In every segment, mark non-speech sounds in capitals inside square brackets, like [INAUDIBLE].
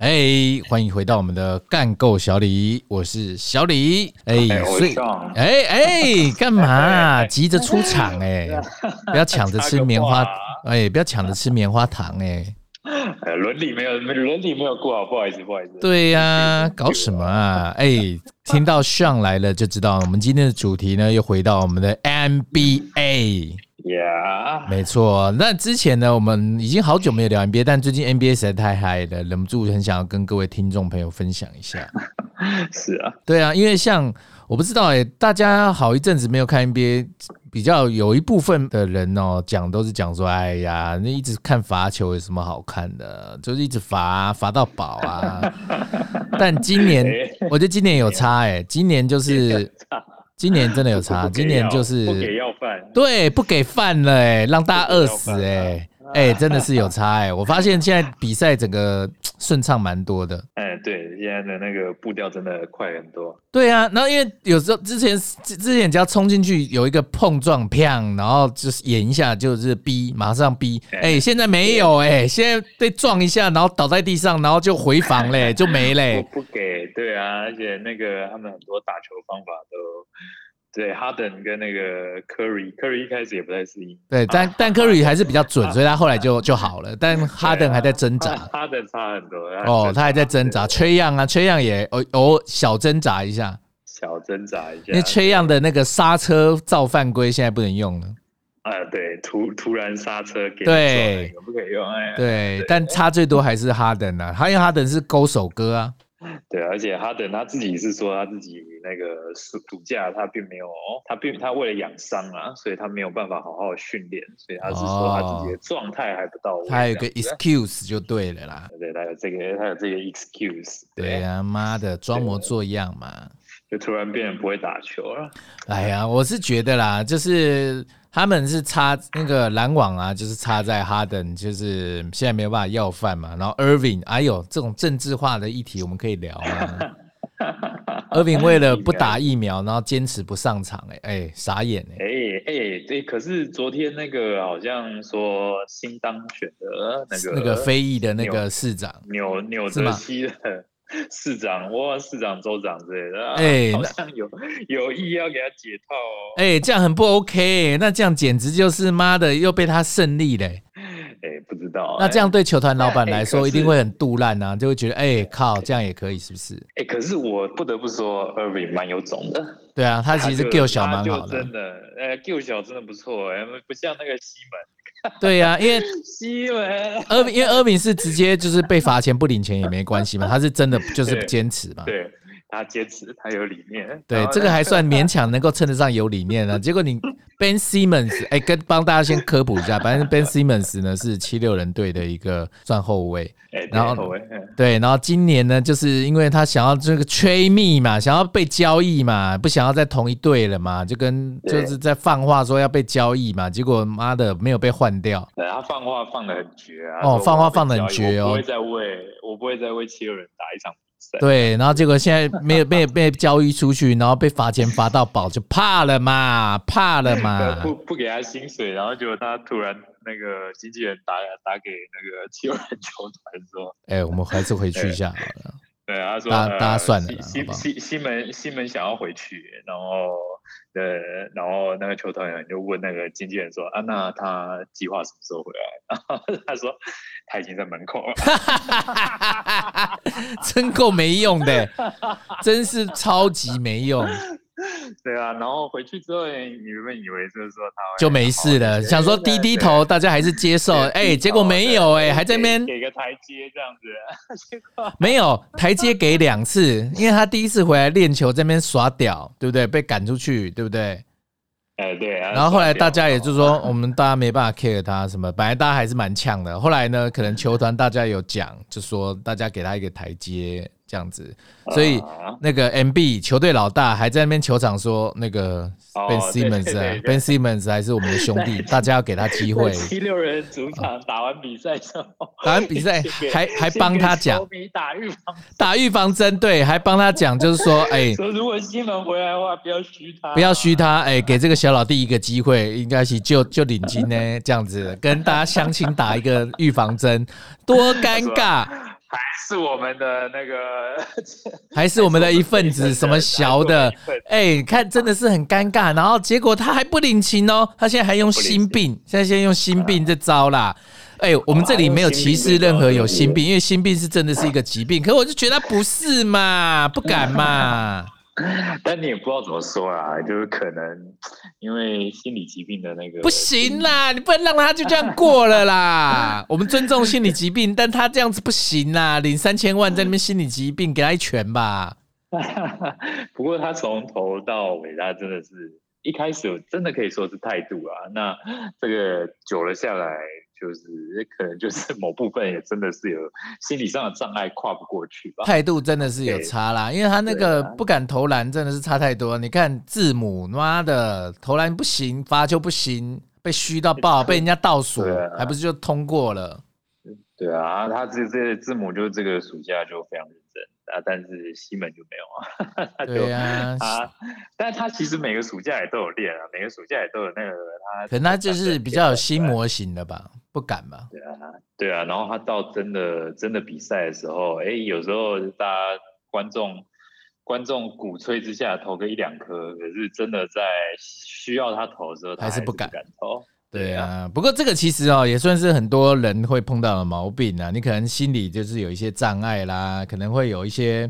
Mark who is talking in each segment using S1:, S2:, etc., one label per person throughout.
S1: 哎、欢迎回到我们的干够小李，我是小李。哎、
S2: 哎，我
S1: 所以
S2: 上
S1: 哎哎，干嘛、
S2: [LAUGHS]
S1: 急着出场哎、不要抢着吃棉花
S2: 插个话，
S1: 哎、不要抢着吃棉花糖哎、
S2: 哎伦理没有伦理没有过好，不好意思，不好意思。
S1: 对呀、
S2: [LAUGHS]
S1: 搞什么啊？哎、听到上来了就知道，我们今天的主题呢又回到我们的 NBA。
S2: ，Yeah，
S1: 没错，那之前呢，我们已经好久没有聊 NBA，但最近 NBA 实在太嗨了，忍不住很想要跟各位听众朋友分享一下。
S2: 是啊，
S1: 对啊，因为像我不知道哎、大家好一阵子没有看 NBA，比较有一部分的人哦，讲都是讲说，哎呀，那一直看罚球有什么好看的？就是一直罚啊罚、到饱
S2: [LAUGHS]
S1: 啊。但今年，我觉得今年有差哎、今年就是今年真的有差，
S2: [LAUGHS] 不给
S1: 今年
S2: 要
S1: 就是
S2: 不给要饭，
S1: 对，不给饭了、欸，让大家饿死
S2: 不
S1: 哎、
S2: 给啊要
S1: 欸，哎、真的是有差哎、我发现现在比赛整个顺畅蛮多的。
S2: 哎，对，现在的那个步调真的快很多，
S1: 对啊，然后因为有时候之前之之前只要冲进去有一个碰撞，砰，然后就是演一下就是逼，马上逼，哎、现在没有哎、现在被撞一下，然后倒在地上，然后就回防 [LAUGHS] 嘞、就没嘞、
S2: 不不给，对啊，而且那个他们很多打球方法都。对，哈登跟那个 Curry，Curry 一开始也不太适应，
S1: 对， [LAUGHS] 但但科里还是比较准，所以他后来就就好了，但哈登还在挣
S2: [LAUGHS]
S1: 扎。
S2: 哈登差很多。哎
S1: 哦，他还在挣扎，
S2: 对，
S1: 崔样啊，崔样也偶偶尔小挣扎一下，
S2: 小挣扎一下。
S1: 因为崔样的那个刹车造犯规现在不能用了。
S2: 啊，对，突突然刹车给你
S1: 对
S2: 撞了，可不可以用？哎，
S1: 对，但差最多还是哈登啊，他因为哈登是勾手哥啊，
S2: 对，而且哈登他自己是说他自己那个暑暑假他并没有，他并他为了养伤啊，所以他没有办法好好训练，所以他是说他自己的状态还不到位。
S1: 哦他有一个
S2: 这样子
S1: excuse 就对了啦。
S2: 对，他有这个他有这个 excuse，
S1: 对啊呀、妈的，装模
S2: 啊
S1: 作样嘛。
S2: 就突然变得不会打球了。
S1: 哎呀，我是觉得啦，就是他们是插那个篮网啊，就是插在哈登，就是现在没有办法要饭嘛。然后 Irving，哎呦，这种政治化的议题我们可以聊
S2: [LAUGHS]
S1: 啊。Irving 为了不打疫苗，然后坚持不上场、哎哎，傻眼哎、
S2: 啊哎哎对，可是昨天那个好像说新当选的那个
S1: 那个非裔的那个市长，
S2: 纽纽
S1: 是吗
S2: 泽西的市长，哇，市长、州长之类的，啊
S1: 哎
S2: 好
S1: 那
S2: 像有有意要给他解套哦。
S1: 哎、这样很不 OK，、那欸这样简直就是妈的又被他胜利嘞、
S2: 哎、不知道、
S1: 那这样
S2: 对，
S1: 对球团老板来
S2: 哎
S1: 说
S2: 可
S1: 一
S2: 是
S1: 定会很杜烂啊，就会觉得哎、靠，这样也可以是不是？
S2: 哎、可是我不得不说，Irving 蛮有种的。
S1: 对啊，他
S2: [LAUGHS] 他
S1: 其实
S2: 就
S1: Q 小
S2: 他
S1: 蛮
S2: 就
S1: 好的啊
S2: 真，的，呃，Q 小真的不错、哎，不像那个西
S1: 对啊，因为
S2: 门，西门，
S1: 阿因为阿敏是直接就是被罚钱不领钱也没关系嘛，
S2: [LAUGHS]
S1: 他是真的就是
S2: 对
S1: 坚持嘛。
S2: [LAUGHS] 对他坚持，他有理念。
S1: 对
S2: 然，后
S1: 这个
S2: 呢
S1: 还算勉强能够称得上有理念了、啊结果你 Ben Simmons，哎、跟帮大家先科普一下，反正 Ben Simmons 呢是七六人队的一个算后卫，
S2: 哎、对
S1: 然后
S2: 口味嗯
S1: 对，然后今年呢，就是因为他想要这个吹密嘛，想要被交易嘛，不想要在同一队了嘛，就跟
S2: 对
S1: 就是在放话说要被交易嘛，结果妈的没有被换掉，
S2: 对他放话放的很绝啊！
S1: 哦
S2: 说
S1: 放
S2: 我
S1: 话
S2: 被
S1: 放得很
S2: 交易
S1: 绝哦
S2: 我不会再为我不会再为七六人打一场比赛。
S1: 对，然后结果现在没有被被交易出去，然后被罚钱罚到饱，就怕了嘛，怕了
S2: 呃
S1: 嘛，
S2: 不不给他薪水，然后结果他突然那个经纪人打打给那个七六人球团说，
S1: 哎、我们还是回去一下好了。
S2: 对，他说
S1: 大家
S2: 呃
S1: 大家算了啦
S2: 西
S1: 好不好
S2: 西西西门西门想要回去，然后呃，然后那个球团员就问那个经纪人说，啊，那他计划什么时候回来？ [LAUGHS] 然后他说他已经在门口了， [LAUGHS]
S1: [LAUGHS] 真够没用的，真是超级没用，
S2: 对啊，然后回去之后，你原本以为就是说他会
S1: 就没事了。想说低低头，大家还是接受，
S2: 对
S1: 哎、结果没有、哎，还在那边
S2: 给给个台阶这样子，结果
S1: 没有台阶给两
S2: [LAUGHS]
S1: 次，因为他第一次回来练球这边耍屌，对不对？被赶出去，对不对？
S2: 哎哦对啊，
S1: 然后后来大家也就说，我
S2: 们。
S1: 们大家没办法 care 他什么，本来大家还是蛮呛的。后来呢，可能球团大家有讲，就说大家给他一个台阶这样子，所以
S2: 啊
S1: 那个 MB 球队老大还在那边球场说，那个
S2: 哦
S1: Ben
S2: 对
S1: Simmons 啊
S2: 对对
S1: ，Ben Simmons 还是我们的兄弟，大家要给他机
S2: [LAUGHS]
S1: 会
S2: 在。七六人主场打完比赛之后，
S1: 打完比赛
S2: 先给
S1: 还还帮他讲
S2: 先给球迷打预防，
S1: 打预防针，对，还帮他讲，就是说，哎、
S2: 说如果西门回来的话，不要虚他，
S1: 不要虚他，哎、给这个小老弟一个机会，应该是就就领金呢，这样子跟大家相亲打一个预防针，多尴尬！
S2: 还是我们的那个，
S1: 还是我们的一份子，
S2: 还是
S1: 什
S2: 我
S1: 么
S2: 们的
S1: 小的
S2: 还是我们的一份，子
S1: 哎、你看真的是很尴尬。然后结果他还不领情哦，他现在还用
S2: 不领
S1: 心病，现在先用心病这招啦。哎、我们这里没有歧视任何有心病，因为心病是真的是一个疾病。可我就觉得他不是嘛，不敢嘛。
S2: 但你也不知道怎么说啦，就是可能因为心理疾病的那个
S1: 不行啦，你不能让他就这样过了啦。我们尊重心理疾病，但他这样子不行啦，领三千万在那边心理疾病，给他一拳
S2: [LAUGHS]
S1: 吧。
S2: [LAUGHS] 不过他从头到尾，他真的是一开始真的可以说是态度啊。那这个久了下来，就是可能就是某部分也真的是有心理上的障碍跨不过去吧。
S1: 态度真的是有差啦，因为他那个
S2: 对啊
S1: 不敢投篮真的是差太多。你看字母，妈的，投篮不行，罚球不行，被虚到爆，被人家倒数
S2: 对啊，
S1: 还不是就通过了？
S2: 对啊，他这这字母就是这个暑假就非常认真啊，但是西门就没有啊。他 [LAUGHS] 就
S1: 对啊，
S2: 啊，但是他其实每个暑假也都有练啊，每个暑假也都有那个他。
S1: 可能他就是比较有心魔型的吧，不敢吧？
S2: 对啊，对啊，然后他到真的真的比赛的时候，哎，有时候大家观众观众鼓吹之下投个一两颗，可是真的在需要他投的时候，他
S1: 还是
S2: 是
S1: 不敢
S2: 敢投。
S1: 对
S2: 对啊
S1: 啊，不过这个其实哦，也算是很多人会碰到的毛病啊。你可能心里就是有一些障碍啦，可能会有一些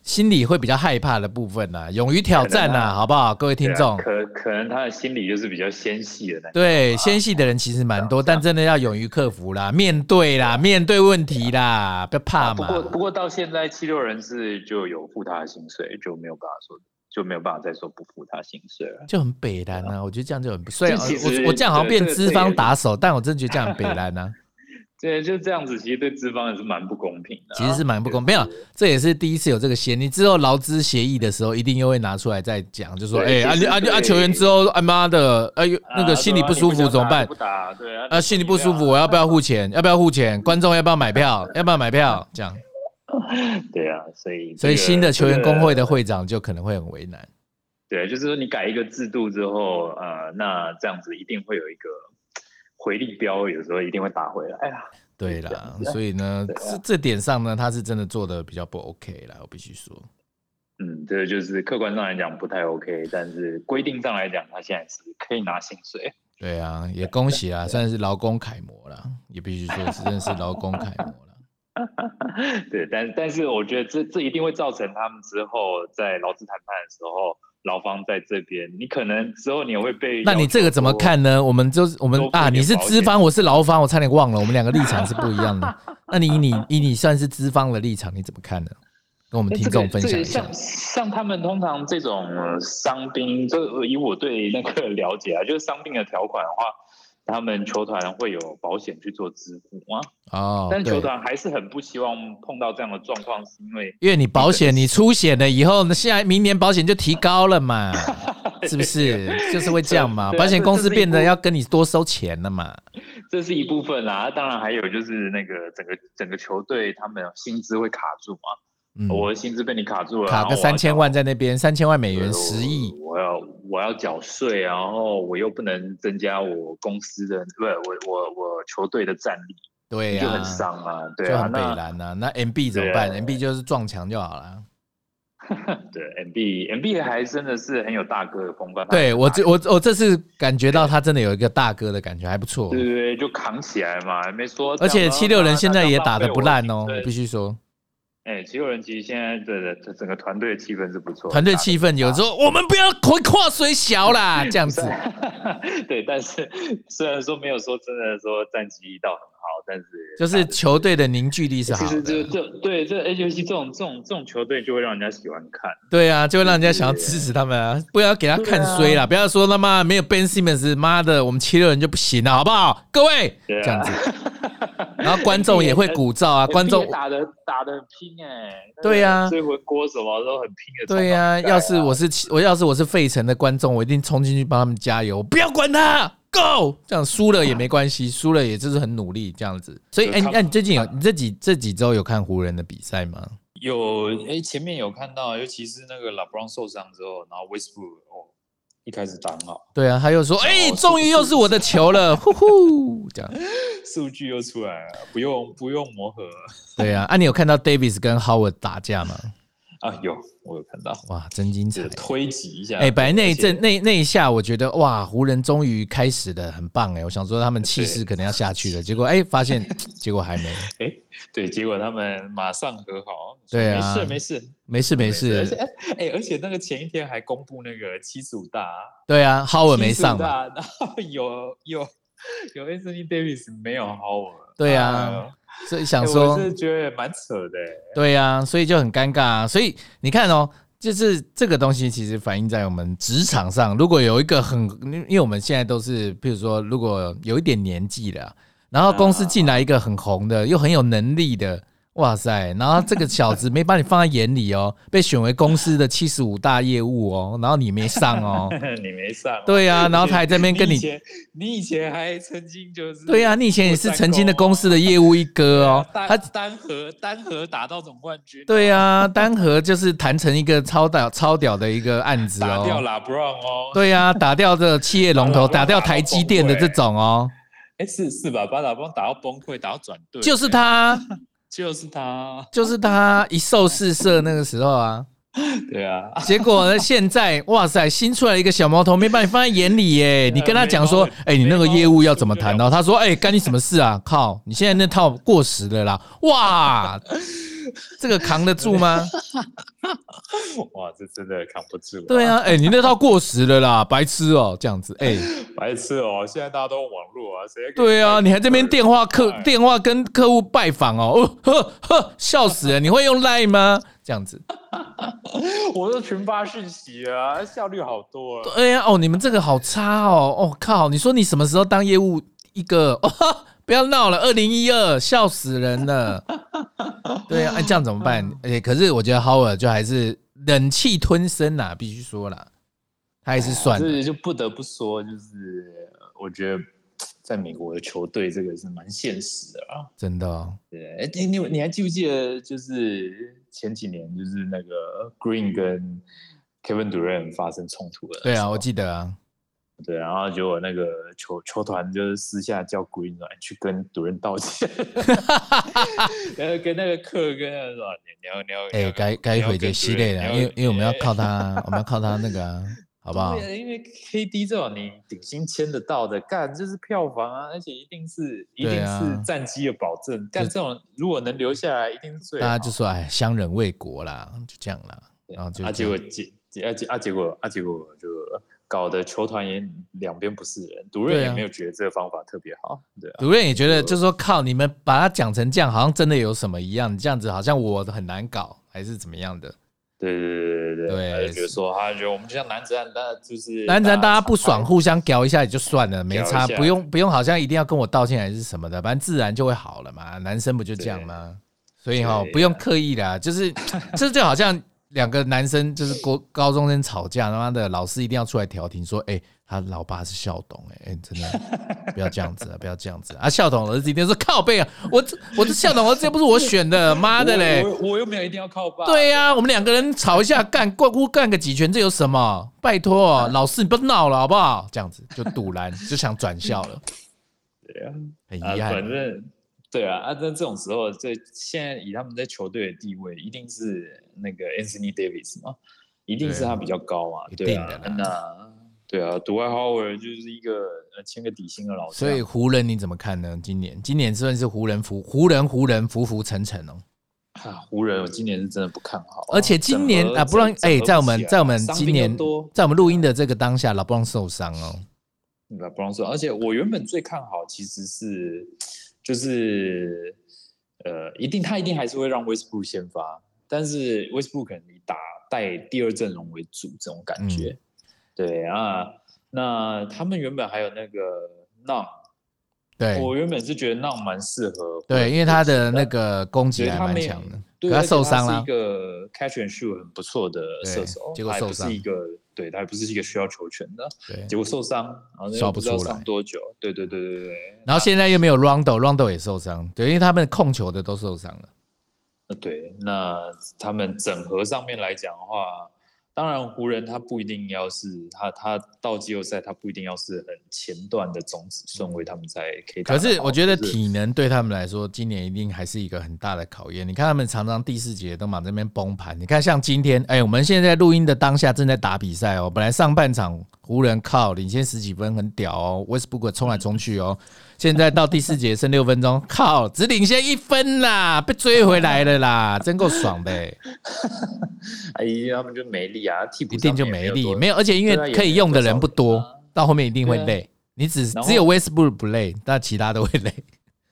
S1: 心里会比较害怕的部分啦，勇于挑战
S2: 可能
S1: 啦，
S2: 啊
S1: 好不好？各位听
S2: 对啊啊
S1: 众，
S2: 可可能他的心理就是比较纤细的那种。
S1: 对，纤细的人其实蛮
S2: 啊
S1: 多，但真的要勇于克服啦，面对啦，面对问题啦，啊不要怕
S2: 啊不
S1: 嘛。
S2: 过不过到现在七六人是就有付他的薪水，就没有办法说就没有办法再说不付他薪水了。
S1: 就很北蓝啊，我觉得这样就很不。虽然
S2: 这其实
S1: 我我这样好像变
S2: 对这个
S1: 资方打手，但我真的觉得这样很北蓝啊，
S2: 对，就这样子，其实对资方也是蛮不公平的啊、
S1: 其实是蛮不公。
S2: 就
S1: 没
S2: 是
S1: 有，这也是第一次有这个协议。之后劳资协议的时候，一定又会拿出来再讲，就说哎，
S2: 对
S1: 啊
S2: 其
S1: 你
S2: 实
S1: 啊你啊
S2: 对
S1: 球员之后，哎妈的，哎呦
S2: 啊
S1: 那个心里不舒服怎么办
S2: 对啊你不想打就不？打，对啊，
S1: 啊，心里不舒服，我要不要付钱？ [LAUGHS] 要不要付钱？观众要不要买票？
S2: [LAUGHS]
S1: 要不要买票？这样，
S2: 对啊，所以
S1: 所以
S2: 这个
S1: 新的球员工会
S2: 这
S1: 的
S2: 个
S1: 会长就可能会很为难。
S2: 对，就是说你改一个制度之后，呃，那这样子一定会有一个回力标，有时候一定会打回来啊。
S1: 对
S2: 这
S1: 啦
S2: 样，子
S1: 所以呢，
S2: 对啊
S1: 这这点上呢，他是真的做的比较不 OK 啦，我必须说。
S2: 嗯，这个就是客观上来讲不太 OK，但是规定上来讲，他现在是可以拿薪水。
S1: 对啊，也恭喜啦，算是劳工楷模啦，也必须说是真的是劳工楷模啦。
S2: 对，但但是我觉得这这一定会造成他们之后在劳资谈判的时候，劳方在这边，你可能之后你也会被。
S1: 那你这个怎么？
S2: 哎
S1: 看呢？我们就是我们
S2: 多付一点
S1: 啊，你是
S2: 保险
S1: 资方，我是劳方，我差点忘了，我们两个立场是不一样
S2: [LAUGHS]
S1: 的。那你以你以你算是资方的立场，你怎么看呢？跟我们
S2: 那
S1: 听
S2: 哎这个
S1: 众分
S2: 这
S1: 享
S2: 个
S1: 一下
S2: 像。像他们通常这种呃伤兵，就以我对那个了解啊，就是伤病的条款的话，他们球团会有保险去做支付啊。
S1: 哦，
S2: 但球
S1: 对，
S2: 团还是很不希望碰到这样的状况，是因为
S1: 因为你保险你出险了以后呢，现在明年保险就提高了
S2: [LAUGHS]
S1: 嘛，是不是？就是会这样嘛，
S2: 对啊
S1: 保险公司
S2: 这这是一
S1: 变得
S2: 部
S1: 要跟你多收钱了嘛。
S2: 这是一部分啦。当然还有就是那个整个整个球队他们薪资会卡住嘛，
S1: 嗯，
S2: 我的薪资被你卡住了，
S1: 卡
S2: 然后
S1: 个
S2: 我要
S1: 三千万在那边，三千万美
S2: 对
S1: 元
S2: 我
S1: 十亿，
S2: 我要我要缴税，然后我又不能增加我公司的不，我我我球队的战力，
S1: 对呀、
S2: 就很伤啊，对
S1: 就
S2: 啊，
S1: 很北
S2: 那
S1: 蓝呐、那 MB 怎么办
S2: 对啊
S1: ？MB 就是撞墙就好了。
S2: 对 MB MB 还真的是很有大哥的风范，他
S1: 对我
S2: 大
S1: 这我我这次感觉到他真的有一个大哥的感觉，还不错。
S2: 对对对，就扛起来嘛，还没说这样啊。
S1: 而且七六人现在也打得不烂哦，
S2: 那
S1: 我
S2: 那
S1: 必须说，
S2: 哎，七六人其实现在的的整个团队的气氛是不错，
S1: 团队气氛有时候我们不要跨跨水小啦，
S2: [LAUGHS]
S1: 这样子。
S2: 氛 [LAUGHS] 对，但是虽然说没有说真的说战绩到很好，但是
S1: 就是球队的凝聚力是好
S2: 其实就
S1: 的，
S2: 这对这 H O C 这种这种这种球队就会让人家喜欢看，
S1: 对啊，就会让人家想要支持他们啊，不要给他看衰
S2: 啊
S1: 啦，不要说他妈没有 Ben Simmons，妈的，我们七六人就不行了，好不好？各位
S2: 对
S1: 这
S2: 啊哎
S1: 样
S2: [LAUGHS]
S1: 子，然后观众也会鼓噪啊，观众
S2: NBA 打的打的很拼哎、
S1: 对啊
S2: 追回锅什么都很拼 [LAUGHS] 的。
S1: 对啊呀、要
S2: 啊
S1: 是我是我要是我是费城的观众，我一定冲进去帮他们加油，不要管他，Go！这样输了也没关
S2: [LAUGHS]
S1: 系，输了也就是很努力这样子。所以，
S2: 就
S1: 哎、
S2: 他
S1: 那你最近有你这几这几周有看湖人的比赛吗？
S2: 有哎、前面有看到，尤其是那个 LeBron 受伤之后，然后 Westbrook 哦，一开始打很好，
S1: 对啊，他又说，哎、
S2: 哦
S1: 终于又是我的球了，呼呼，这样。
S2: 数据又出来了，不用不用磨合
S1: 对啊，啊，你有看到 Davis 跟 Howard 打架吗？
S2: 啊，有我有看到，
S1: 哇，真精彩
S2: 这！推挤一下，
S1: 哎、本来那一
S2: 而
S1: 阵
S2: 且
S1: 那那一下，我觉得哇，湖人终于开始了，很棒哎！我想说他们气势
S2: 对
S1: 可能要下去了，结果哎、发现结果还没，
S2: 对，结果他们马上和好，
S1: 对啊
S2: 说没事没事
S1: 没事没
S2: 而且
S1: 事，
S2: 哎、而且那个前一天还公布那个七十五大，
S1: 对啊，Howard 没
S2: 75
S1: 上嘛，
S2: 大，然后有有有 Anthony Davis 没有 Howard，
S1: 对啊
S2: 哎呦
S1: 所以想
S2: 哎
S1: 说、
S2: 我是觉得蛮扯的、
S1: 对啊，所以就很尴尬、啊。所以你看哦，就是这个东西其实反映在我们职场上。如果有一个很，因为我们现在都是，譬如说，如果有一点年纪了，然后公司进来一个很红的，又很有能力的，哇塞，然后这个小子没把你放在眼里哦，被选为公司的七十五大业务哦，然后你没上哦，
S2: 欸 [LAUGHS] 你没上，
S1: 对啊，然后他还在那边跟
S2: [LAUGHS] 你
S1: 你
S2: 以。前，你以前还曾经就是
S1: 对啊，你以前也是
S2: 做三
S1: 曾经的
S2: 公
S1: 公司的业务一哥哦，
S2: [LAUGHS] 对啊
S1: 他
S2: 单单核单核打到总冠军，
S1: 对啊，单核就是谈成一个超屌超屌的一个案子
S2: 打掉
S1: 哦。
S2: 拉布朗哦，，
S1: 对啊，打掉这个企业龙头，打
S2: 打掉
S1: 掉台积电的这种哦，
S2: 哎是是吧？把拉布朗打到崩溃，打到转队，欸
S1: 就是，他，
S2: 就是他，啊
S1: 就是他一受试射那个时候啊。
S2: [LAUGHS] 对啊，
S1: 结果呢，现在哇塞，新出来一个小毛头，没把你放在眼里
S2: [LAUGHS]
S1: 耶。你跟他讲说
S2: 没毛，
S1: 哎，你那个业务要怎么谈
S2: 没
S1: 哦？他说，哎，干你什么事啊？靠，你现在那套过时了啦。哇，这个扛得住吗？
S2: 哇，这真的扛不住，
S1: 对，啊，哎，你那套过时了啦，白痴哦，这样子，哎。
S2: 白痴哦，现在大家都用网络啊，谁还给
S1: 对啊，
S2: 白痴
S1: 你还这边电话客
S2: 哎
S1: 电话跟客户拜访哦，哦呵呵，笑死了！你会用 Line 吗？这样子，
S2: [LAUGHS] 我都群发讯息啊，效率好多啊。
S1: 哎呀哦，你们这个好差哦，哦靠！你说你什么时候当业务一个？哦、呵不要闹了，二零一二，笑死人了。对啊，哎这样怎么办？哎、可是我觉得 Howard 就还是忍气吞声啦，必须说啦，他还是算了。
S2: 这就不得不说，就是呃我觉得在美国的球队这个是蛮现实的啊。
S1: 真的、哦，
S2: 对，哎，你你你还记不记得，就是前几年就是那个 Green 跟 Kevin Durant 发生冲突了？
S1: 对啊，我记得啊，
S2: 对，然后结果那个球球团就是私下叫 Green 来去跟 Durant 道歉， [LAUGHS] 然后跟那个克跟那个什么，你要你要
S1: 哎、该该回就系列啊了，因为因为我们要靠他，我们要靠他那个啊、好不好？
S2: 哎对啊因为 KD 这种你顶薪签得到的，干就是票房啊，而且一定是一定
S1: 对啊
S2: 是战绩的保证。干这种如果能留下来，一定是最好。
S1: 大家就说哎，相忍为国啦，就这样啦。
S2: 对
S1: 然后就
S2: 啊，
S1: 这
S2: 结
S1: 样
S2: 果结结啊结啊结果啊结果就搞得球团也两边不是人，独任
S1: 对啊
S2: 也没有觉得这个方法特别好，对啊，
S1: 主任也觉得，就是说靠你们把它讲成这样，好像真的有什么一样，这样子好像我很难搞，还是怎么样的？
S2: 对对对对
S1: 对
S2: 他就觉得说他觉得我们就像男子汉，大家就是
S1: 当然大家不爽，
S2: 敞开
S1: 互相屌一下也就算了，没
S2: 屌一
S1: 差，
S2: 下
S1: 不用不用，好像一定要跟我道歉还是什么的，反正自然就会好了嘛。男生不就这样吗？所以哈、
S2: 对啊
S1: 不用刻意啦，就是 [LAUGHS] 这就好像两个男生就是高高中生吵架，他妈的老师一定要出来调停，说，哎、他老爸是校董、哎、哎，真的不要这样子啊，不要这样子啊！啊校董儿子一定说靠背啊，我这我这校董儿子又不是我选的，妈的嘞！
S2: 我我我又没有一定要靠爸，
S1: 对呀、我们两个人吵一下，干过过干个几拳，这有什么？拜托，
S2: 嗯
S1: 老师你不要闹了好不好？这样子就堵拦，就想转校了，
S2: 对啊。
S1: 很
S2: 啊，
S1: 遗憾
S2: 反。正对啊，啊，那这种时候，这现在以他们在球队的地位，一定是那个 Anthony Davis 嘛，一定是
S1: 对啊
S2: 他比较高嘛，
S1: 一
S2: 对啊，
S1: 定的啦
S2: 那对啊，独爱 Howard 就是一个呃签个底薪的老将，
S1: 所以湖人你怎么看呢？今年今年算是湖人服湖人湖人浮浮沉沉哦，
S2: 啊，湖人我今年是真的不看好啊，
S1: 而且今年
S2: 整合
S1: 啊，不然
S2: 整合
S1: 哎，
S2: 不
S1: 在我们
S2: 起来
S1: 在我们
S2: 伤
S1: 今
S2: 病又
S1: 年
S2: 多，
S1: 在我们录音的这个当下，老布朗受伤哦，
S2: 那不用说，而且我原本最看好其实是就是呃，一定他一定还是会让威斯布鲁克先发，但是威斯布鲁克可能以打带第二阵容为主这种感觉。
S1: 嗯
S2: 对啊，那他们原本还有那个浪，
S1: 对
S2: 我原本是觉得浪蛮适合，
S1: 对，因为他的那个攻击还蛮强的，
S2: 对
S1: 可
S2: 而
S1: 他
S2: 且
S1: 受伤
S2: 是
S1: 了
S2: 一，个 catch and shoot 很不错的
S1: 对
S2: 射手，
S1: 结果
S2: 他还
S1: 受
S2: 不是
S1: 伤
S2: 一个对他还不是一个需要球权的，
S1: 对。
S2: 结果受伤，然后
S1: 刷
S2: 又
S1: 不
S2: 不知道
S1: 出来
S2: 上多久，对对对对对。
S1: 然后现在又没有 Rondo，Rondo 也受伤，对，因为他们控球的都受伤了。
S2: 呃对，那他们整合上面来讲的话，当然，湖人他不一定要是他他到季后赛，他不一定要是很前段的种子顺位，他们才可以打
S1: 可
S2: 得好。
S1: 是我觉得
S2: 就是
S1: 体能对他们来说，今年一定还是一个很大的考验。你看他们常常第四节都往这边崩盘。你看像今天，哎、我们现在录音的当下正在打比赛哦。本来上半场湖人靠领先十几分很屌哦，Westbrook 冲来冲去哦。现在到第四节剩六分钟，靠，只领先一分啦，被追回来了啦，真够爽的、欸。
S2: 哎呀，他们就没力啊，替补
S1: 一定就
S2: 上面
S1: 没
S2: 也
S1: 力，
S2: 有多
S1: 没有，而且因
S2: 对啊
S1: 为
S2: 也
S1: 可以用的人不
S2: 没有
S1: 多
S2: 多少人啊，
S1: 到后面一定会
S2: 对啊
S1: 累。你只
S2: 然后啊
S1: 只有 Westbrook 不累，但其他都会累。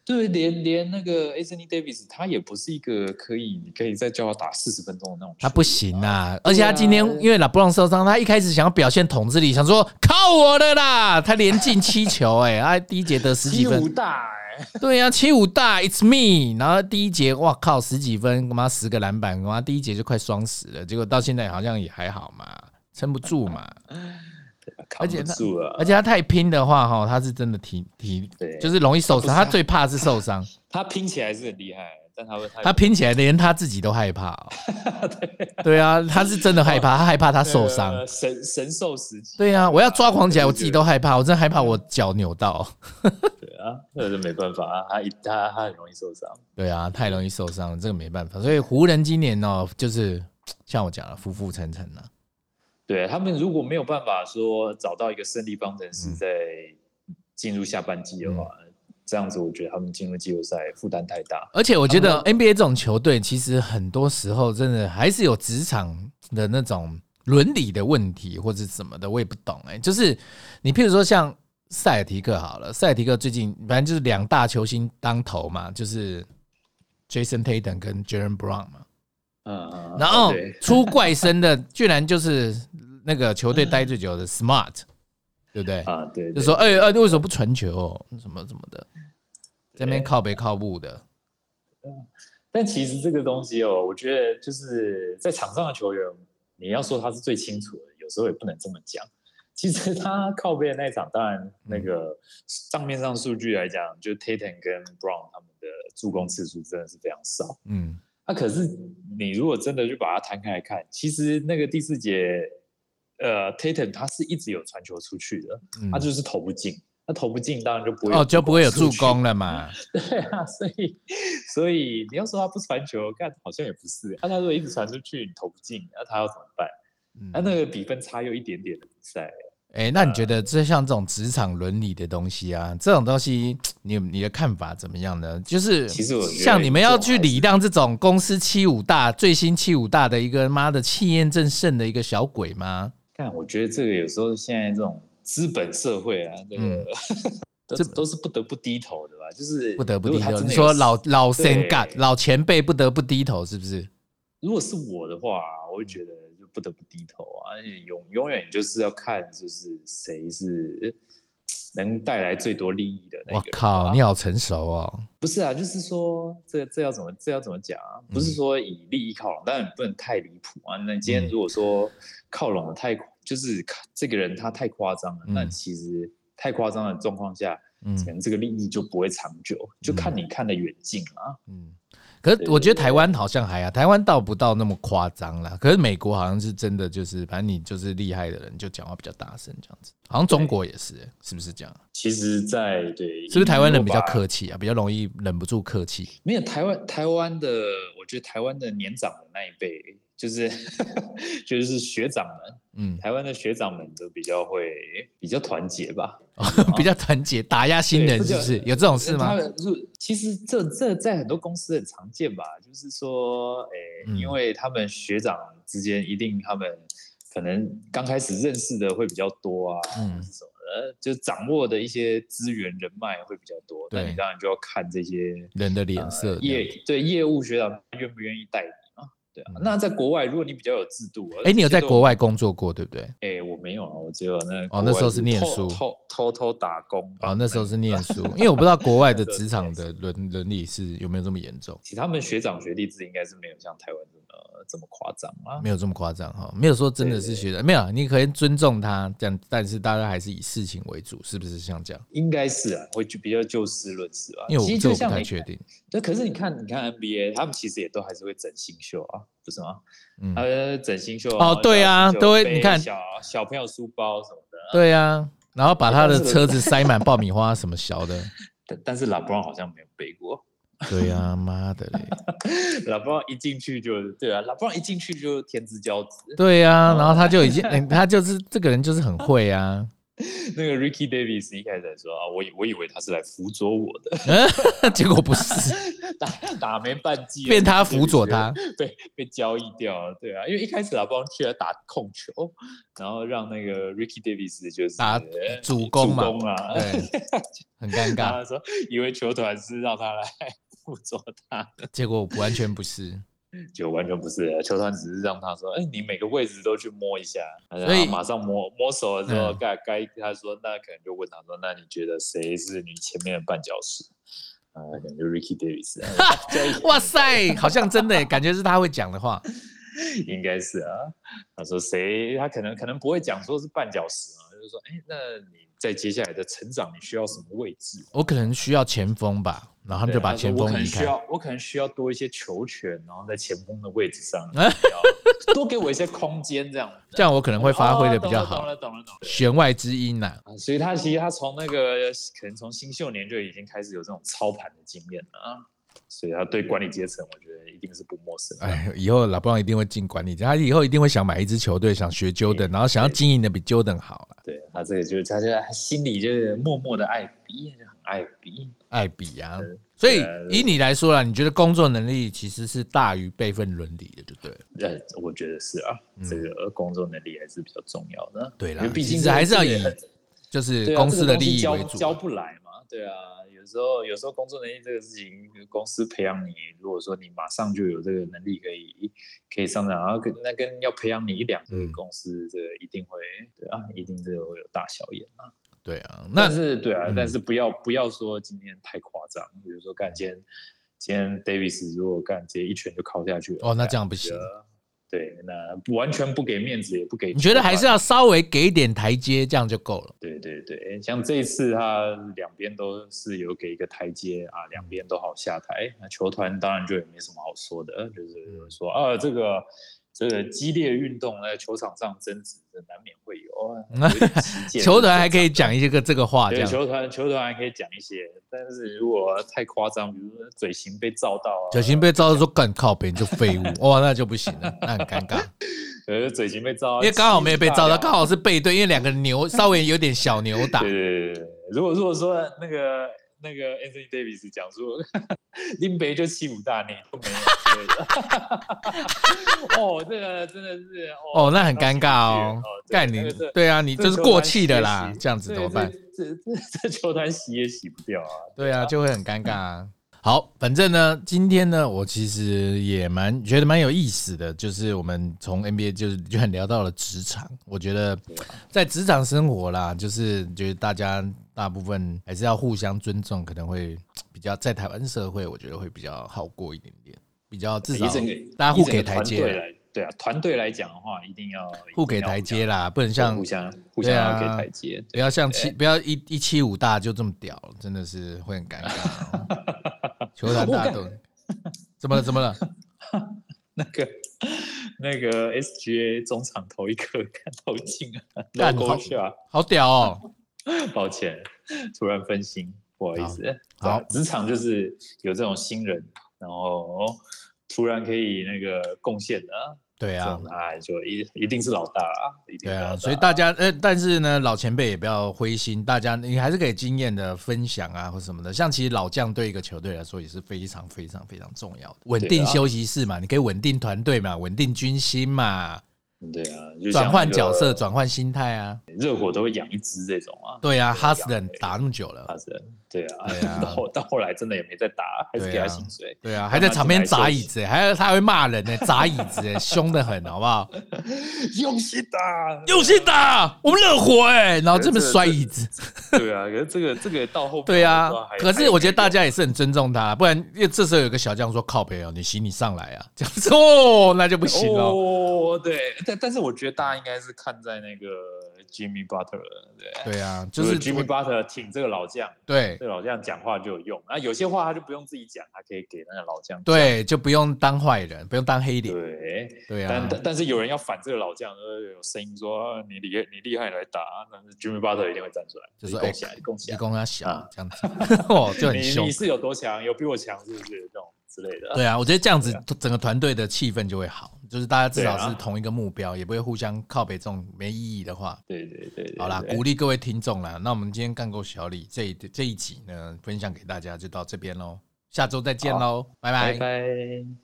S2: 对，连连那个 Anthony Davis，他也不是一个可以你可以再叫他打四十分钟的那种球员
S1: [LAUGHS]
S2: 啊。
S1: 他不行啊！而且他今天因为拉布朗受伤，他一开始想要表现统治力，想说靠我的啦，他连进七球、欸，哎，他第一节得十几
S2: 踢不
S1: 分，
S2: 大哎、
S1: 对呀、七五大，It's me，然后第一节哇靠十几分，他妈十个篮板，他妈第一节就快双十了，结果到现在好像也还好嘛，撑不住
S2: [LAUGHS]
S1: 嘛，
S2: 啊扛
S1: 而且
S2: 不
S1: 他
S2: 住了。
S1: 而且他太拼的话哈，他是真的体体
S2: 对
S1: 就是容易受伤，
S2: 他
S1: 他
S2: 不是
S1: 最怕是受伤，
S2: 他拼起来是很厉害，但他会太
S1: 他拼起来连他自己都害怕、
S2: [LAUGHS]
S1: 哦，对啊，他是真的害怕，他害怕他受伤。
S2: 呃神神兽时期。
S1: 对啊，我要抓狂起来，
S2: 对
S1: 我自己都害怕，我真的害怕我脚扭到。
S2: 对啊，那是没办法啊，他一他他很容易受伤。
S1: 对啊，太容易受伤了，这个没办法。所以湖人今年哦，就是像我讲了，浮浮沉沉啊了、
S2: 对他们如果没有办法说找到一个胜利方程式，
S1: 嗯
S2: 在进入下半季的话，这样子我觉得他们进入季后赛负担太大。
S1: 而且我觉得 NBA 这种球队，其实很多时候真的还是有职场的那种伦理的问题，或者什么的，我也不懂哎、就是你譬如说像塞尔提克好了，塞尔提克最近反正就是两大球星当头嘛，就是 Jason Tatum 跟 Jalen Brown 嘛。
S2: 嗯嗯，嗯
S1: 然后
S2: 对
S1: [LAUGHS]
S2: [LAUGHS]
S1: 出怪声的，居然就是那个球队待最久的 Smart，对不对？
S2: 嗯啊，对，
S1: 就
S2: 对
S1: 说哎哎，为什么不传球？什么什么的，这边
S2: 对
S1: 靠北靠步的，
S2: 但其实这个东西哦，我觉得就是在场上的球员，你要说他是最清楚的，有时候也不能这么讲。其实他靠背的那一场，当然
S1: 嗯
S2: 那个账面上数据来讲，就 Tatum 跟 Brown 他们的助攻次数真的是非常少。
S1: 嗯，
S2: 那、可是你如果真的就把它摊开来看，其实那个第四节，呃，Tatum 他是一直有传球出去的，
S1: 嗯
S2: 他就是投不进，他投不进当然就不会有
S1: 哦就不会有助
S2: 出去
S1: 攻了
S2: [LAUGHS]
S1: 嘛。
S2: 对啊，所以所以你要说他不传球，看好像也不是。啊那、他如果一直传出去，你投不进，那、他要怎么办？
S1: 嗯
S2: 啊那、，那个比分差又一点点的比赛，
S1: 哎，那你觉得这像这种职场伦理的东西啊，这种东西，你你的看法怎么样呢？就是
S2: 其实我觉得
S1: 像你们要去
S2: 这种还是
S1: 礼让这种公司七五大最新七五大的一个妈的气焰正盛的一个小鬼吗？
S2: 但我觉得这个有时候现在这种资本社会啊，这个、
S1: 嗯
S2: 都
S1: 这
S2: 都是不得不低头的吧？就是
S1: 不得不
S2: 如
S1: 低
S2: 果他
S1: 头。
S2: 真
S1: 你
S2: 的
S1: 说
S2: 有
S1: 老老
S2: 对
S1: 先干老前辈不得不低头，是不是？
S2: 如果是我的话，我会觉得就不得不低头啊，永永远就是要看就是谁是能带来最多利益的那
S1: 我
S2: 个人
S1: 靠，
S2: 啊
S1: 你好成熟哦。
S2: 不是啊，就是说这这要怎么这要怎么讲啊？不是
S1: 嗯
S2: 说以利益靠拢，当然不能太离谱啊。那你今天
S1: 嗯
S2: 如果说靠拢的太，就是这个人他太夸张了，那
S1: 嗯
S2: 其实太夸张的状况下，
S1: 嗯
S2: 可能这个利益就不会长久，就看
S1: 嗯
S2: 你看的远近啊。
S1: 嗯，可是我觉得台湾好像还啊，台湾倒不到那么夸张啦。可是美国好像是真的，就是反正你就是厉害的人就讲话比较大声这样子，好像中国也是、
S2: 嗯
S1: 是不是这样？
S2: 其实在，对，
S1: 是不是台湾人比较
S2: 客？
S1: 客气啊，比较容易忍不住客气？
S2: 没有台湾台湾的，我觉得台湾的年长的那一辈，就是 [LAUGHS] 就是学长们，
S1: 嗯，
S2: 台湾的学长们都比较会比较团结吧。
S1: 比较团结，打压新人
S2: 对
S1: 是不哦是？
S2: 这就
S1: 有这种事
S2: 他
S1: 吗？
S2: 们是其实这这在很多公司很常见吧，就是说，诶、
S1: 嗯
S2: 因为他们学长之间一定他们可能刚开始认识的会比较多啊，
S1: 嗯
S2: 或是什么的，就掌握的一些资源人脉会比较多，那
S1: 对
S2: 你当然就要看这些
S1: 人的脸色这
S2: 呃
S1: 样
S2: 业对业务学长愿不愿意带你啊？对啊。
S1: 嗯
S2: 那在国外，如果你比较有制度，
S1: 哎、你有在国
S2: 外？
S1: 外工作过对不对？
S2: 哎，我没有啊，我只有那
S1: 哦
S2: 国
S1: 那
S2: 外
S1: 时候是念
S2: 偷
S1: 书
S2: 偷偷偷打工啊
S1: 哦，那时候是念书，因为我不知道国外的职场的伦伦理是有没有这么严重。
S2: 其实他们学长学弟制应该是没有像台湾这么呃这么夸张啊。
S1: 没有这么夸张哈，没有说真的是学的，没有啊，你可以尊重他，但但是大家还是以事情为主，是不是像这样？
S2: 应该是啊，会就比较就事论事吧。
S1: 因为
S2: 其
S1: 我这
S2: 实就
S1: 我不
S2: 像
S1: 太
S2: 你
S1: 确定，
S2: 对，可是你看，你看 NBA，他们其实也都还是会整新秀啊，不是吗？
S1: 嗯，
S2: 呃，整新秀
S1: 哦对啊都会你看
S2: 小小朋友书包什么的。
S1: 对啊，然后把他的
S2: 但是
S1: 车子塞满爆米花什么小
S2: [LAUGHS]
S1: 的，
S2: 但但是拉布朗好像没有背过，
S1: 对啊，妈的嘞，
S2: 拉布朗一进去就对啊，拉布朗一进去就天之骄子。
S1: 对啊，
S2: 哦
S1: 然后他就已经，哎他就是这个人就是很会啊，
S2: 那个 Ricky Davis 一开始还说啊，我以我以为他是来辅佐我的， [LAUGHS]
S1: 结果不是，
S2: 打打没半季，
S1: 变他辅佐他，
S2: 被被交易掉了，对啊，因为一开始拉布朗去了打控球，然后让那个 Ricky Davis 就是
S1: 嗯打
S2: 呃
S1: 主攻嘛
S2: 主攻啊，
S1: 对，很尴
S2: 然 [LAUGHS]
S1: 尬，
S2: 后说以为球团是让他来 [LAUGHS] 辅佐他，
S1: 结果完全不是，
S2: 就完全不是的，球团只是让他说，哎，你每个位置都去摸一下，
S1: 所以
S2: 然后马上摸摸熟了之后，
S1: 嗯
S2: 该该他说，那可能就问他说，那你觉得谁是你前面的绊脚石？啊，可能就 Ricky Davis，啊交易
S1: [LAUGHS] 哇塞，好像真的耶，感觉是他会讲的话，
S2: 应该是啊。他说谁？他可能可能不会讲说是绊脚石啊，就是说，哎，那你在接下来的成长，你需要什么位置？
S1: 我可能需要前锋吧，然后他们
S2: 对
S1: 就把
S2: 他说
S1: 前
S2: 我可
S1: 锋
S2: 能
S1: 移
S2: 需
S1: 开，
S2: 要，我可能需要多一些球权，然后在前锋的位置
S1: [LAUGHS]
S2: 上，你要多给我一些空间，这样
S1: 这样我可能会发挥的比较
S2: 哦懂
S1: 好，
S2: 了，懂了，懂了，懂了。
S1: 弦外之音呐，
S2: 啊所以他其实他从那个可能从新秀年就已经开始有这种操盘的经验了啊，所以他对管理阶层，我觉得一定是不陌生的。
S1: 哎，以后老布朗一定会进管理，他以后一定会想买一支球队，想学 Jordan，然后想要经营的比 Jordan 好啊了，
S2: 对他这个就是他就他心里就是默默的爱比，就很爱比。
S1: 艾比啊
S2: 对。
S1: 所以
S2: 对
S1: 以你来说啦，你觉得工作能力其实是大于辈分伦理的，就对了。
S2: 呃，我觉得是啊，
S1: 嗯
S2: 这个工作能力还是比较重要的。
S1: 对啦
S2: 因为毕竟
S1: 其实还是要
S2: 这个
S1: 以
S2: 很
S1: 就是
S2: 对啊
S1: 公
S2: 这
S1: 司
S2: 个
S1: 的
S2: 东西
S1: 利益
S2: 交
S1: 为主。啊
S2: 交不来嘛，对啊，有时候有时候工作能力这个事情，公司培养你，如果说你马上就有这个能力可以可以上涨，然后跟那跟要培养你一两个
S1: 嗯
S2: 公司，这个一定会对啊，一定这个会有大小眼啊。
S1: 对啊，那
S2: 但是对啊
S1: 嗯，
S2: 但是不要不要说今天太夸张，比如说干今天今天 Davis 如果干直接一拳就敲下去了
S1: 哦，那这样不行。
S2: 对，那不完全不给面子，也不给。
S1: 你觉得还是要稍微给一点台阶，这样就够了。
S2: 对对对，像这一次他两边都是有给一个台阶啊，两边都好下台。那球团当然就也没什么好说的，
S1: 嗯
S2: 就是说啊，这个这个激烈运动在球场上争执，这难免会
S1: [LAUGHS]
S2: 有。有点旗舰
S1: 球团还可以讲一个这个话，啊这
S2: 对
S1: 样
S2: 球团球团还可以讲一些，但是如果太夸张，比如说嘴型被照到啊，
S1: 小心被招到说干靠别人就废物，
S2: [LAUGHS]
S1: 哇，那就不行了，那很尴尬。
S2: 呃嘴型被照到，
S1: 因为刚好没有被
S2: 气
S1: 照到，
S2: 大
S1: 刚好是背对，因为两个
S2: [LAUGHS]
S1: 牛稍微有点小扭打
S2: 对。对对对，对如果如果说那个那个 Anthony Davis 讲说 [LAUGHS] 林北就欺负大内都没有之类的， [LAUGHS] 哦，这个真的是
S1: 哦，
S2: 哦，
S1: 那很尴尬哦
S2: 哦，对
S1: 干
S2: 那
S1: 你
S2: 个是
S1: 对啊，你
S2: 你
S1: 这是过气的啦，这样子怎么办？
S2: 这这这球团洗也洗不掉啊！
S1: 对啊，就会很尴尬啊。好，反正呢，今天呢，我其实也蛮觉得蛮有意思的，就是我们从 NBA 就是居然聊到了职场，我觉得在职场生活啦，就是觉得大家大部分还是要互相尊重，可能会比较在台湾社会，我觉得会比较好过一点点，比较至少
S2: 一整个
S1: 大家互
S2: 一整
S1: 给
S2: 个
S1: 台
S2: 团
S1: 阶
S2: 队
S1: 啦，
S2: 来，对啊，团队来讲的话，一定要
S1: 互给台阶，啦，不能
S2: 一定要
S1: 像
S2: 互相互
S1: 对
S2: 相
S1: 啊
S2: 要给台阶，
S1: 不要像七不要一一七五大就这么屌，真的是会很尴尬、
S2: [LAUGHS]
S1: 哦。球坛大家都怎么了？怎么了？
S2: 那个那个 SGA 中场头一颗 [LAUGHS] 看投进啊
S1: 干好
S2: ，logo shot，
S1: 好屌 [LAUGHS] 哦！
S2: 抱歉，突然分心，不好意思。
S1: 好
S2: 对啊职场就是有这种新人，然后突然可以那个贡献的啊，
S1: 对
S2: 这
S1: 啊
S2: 种，哎，就一一定是老大啊，一定
S1: 对
S2: 是老
S1: 啊，
S2: 大
S1: 所以大家呃，但是呢，老前辈也不要灰心，大家你还是可以经验的分享啊，或什么的。像其实老将对一个球队来说也是非常非常非常重要的，稳定休息室嘛，你可以稳定团队嘛，稳定军心嘛，
S2: 对啊，就像
S1: 转换
S2: 那个
S1: 角色、转换心态啊。
S2: 热火都会养一只这种啊，
S1: 对啊，哈斯人打那么久了，
S2: 啊是，对啊，
S1: 对啊
S2: [LAUGHS] 到后到后来真的也没再打，还是给
S1: 对啊
S2: 他薪水。
S1: 对啊，还在场边砸椅子、欸还有他还会骂人呢、欸砸椅子、 [LAUGHS] 凶的很，好不好？
S2: 用心打，
S1: 用心打，我们热火哎、然后这么摔椅子， [LAUGHS]
S2: 对啊，可是这个这个到后面
S1: 对啊
S2: 我不知道还。
S1: 可是我觉得大家也是很尊重他，不然因为这时候有个小将说靠北哦，你行你上来啊， [LAUGHS] 这样子哦，那就不行了。
S2: 哦，对，但但是我觉得大家应该是看在那个 Jimmy Butler，对，
S1: 对啊，就是
S2: 就是 Jimmy Butler 挺这个老将，
S1: 对
S2: 这个老将讲话就有用。那有些话他就不用自己讲，他可以给那个老将。
S1: 对，就不用当坏人，不用当黑脸。
S2: 对，
S1: 对啊
S2: 但，但但是有人要反这个老将，就是有声音说啊你厉害，你厉害来打，但是 Jimmy Butler 一定会站出来，
S1: 就说
S2: 一
S1: 哎
S2: 共起来，一共起
S1: 一
S2: 来，
S1: 公他小
S2: 啊
S1: 这样子， [LAUGHS] 哦，就很
S2: 你
S1: 凶
S2: 你。是有多强，有比我强是不是？这种之类的。
S1: 对啊，我觉得这样子整个团队的气氛就会好，就是大家至
S2: 对
S1: 少
S2: 啊
S1: 是同一个目标，也不会互相靠北这种没意义的话。
S2: 对对对对，
S1: 好啦，
S2: 对
S1: 鼓励各位听众啦。那我们今天干够小李这一这一集呢，分享给大家就到这边喽，下周再见
S2: 好
S1: 喽，拜
S2: 拜拜。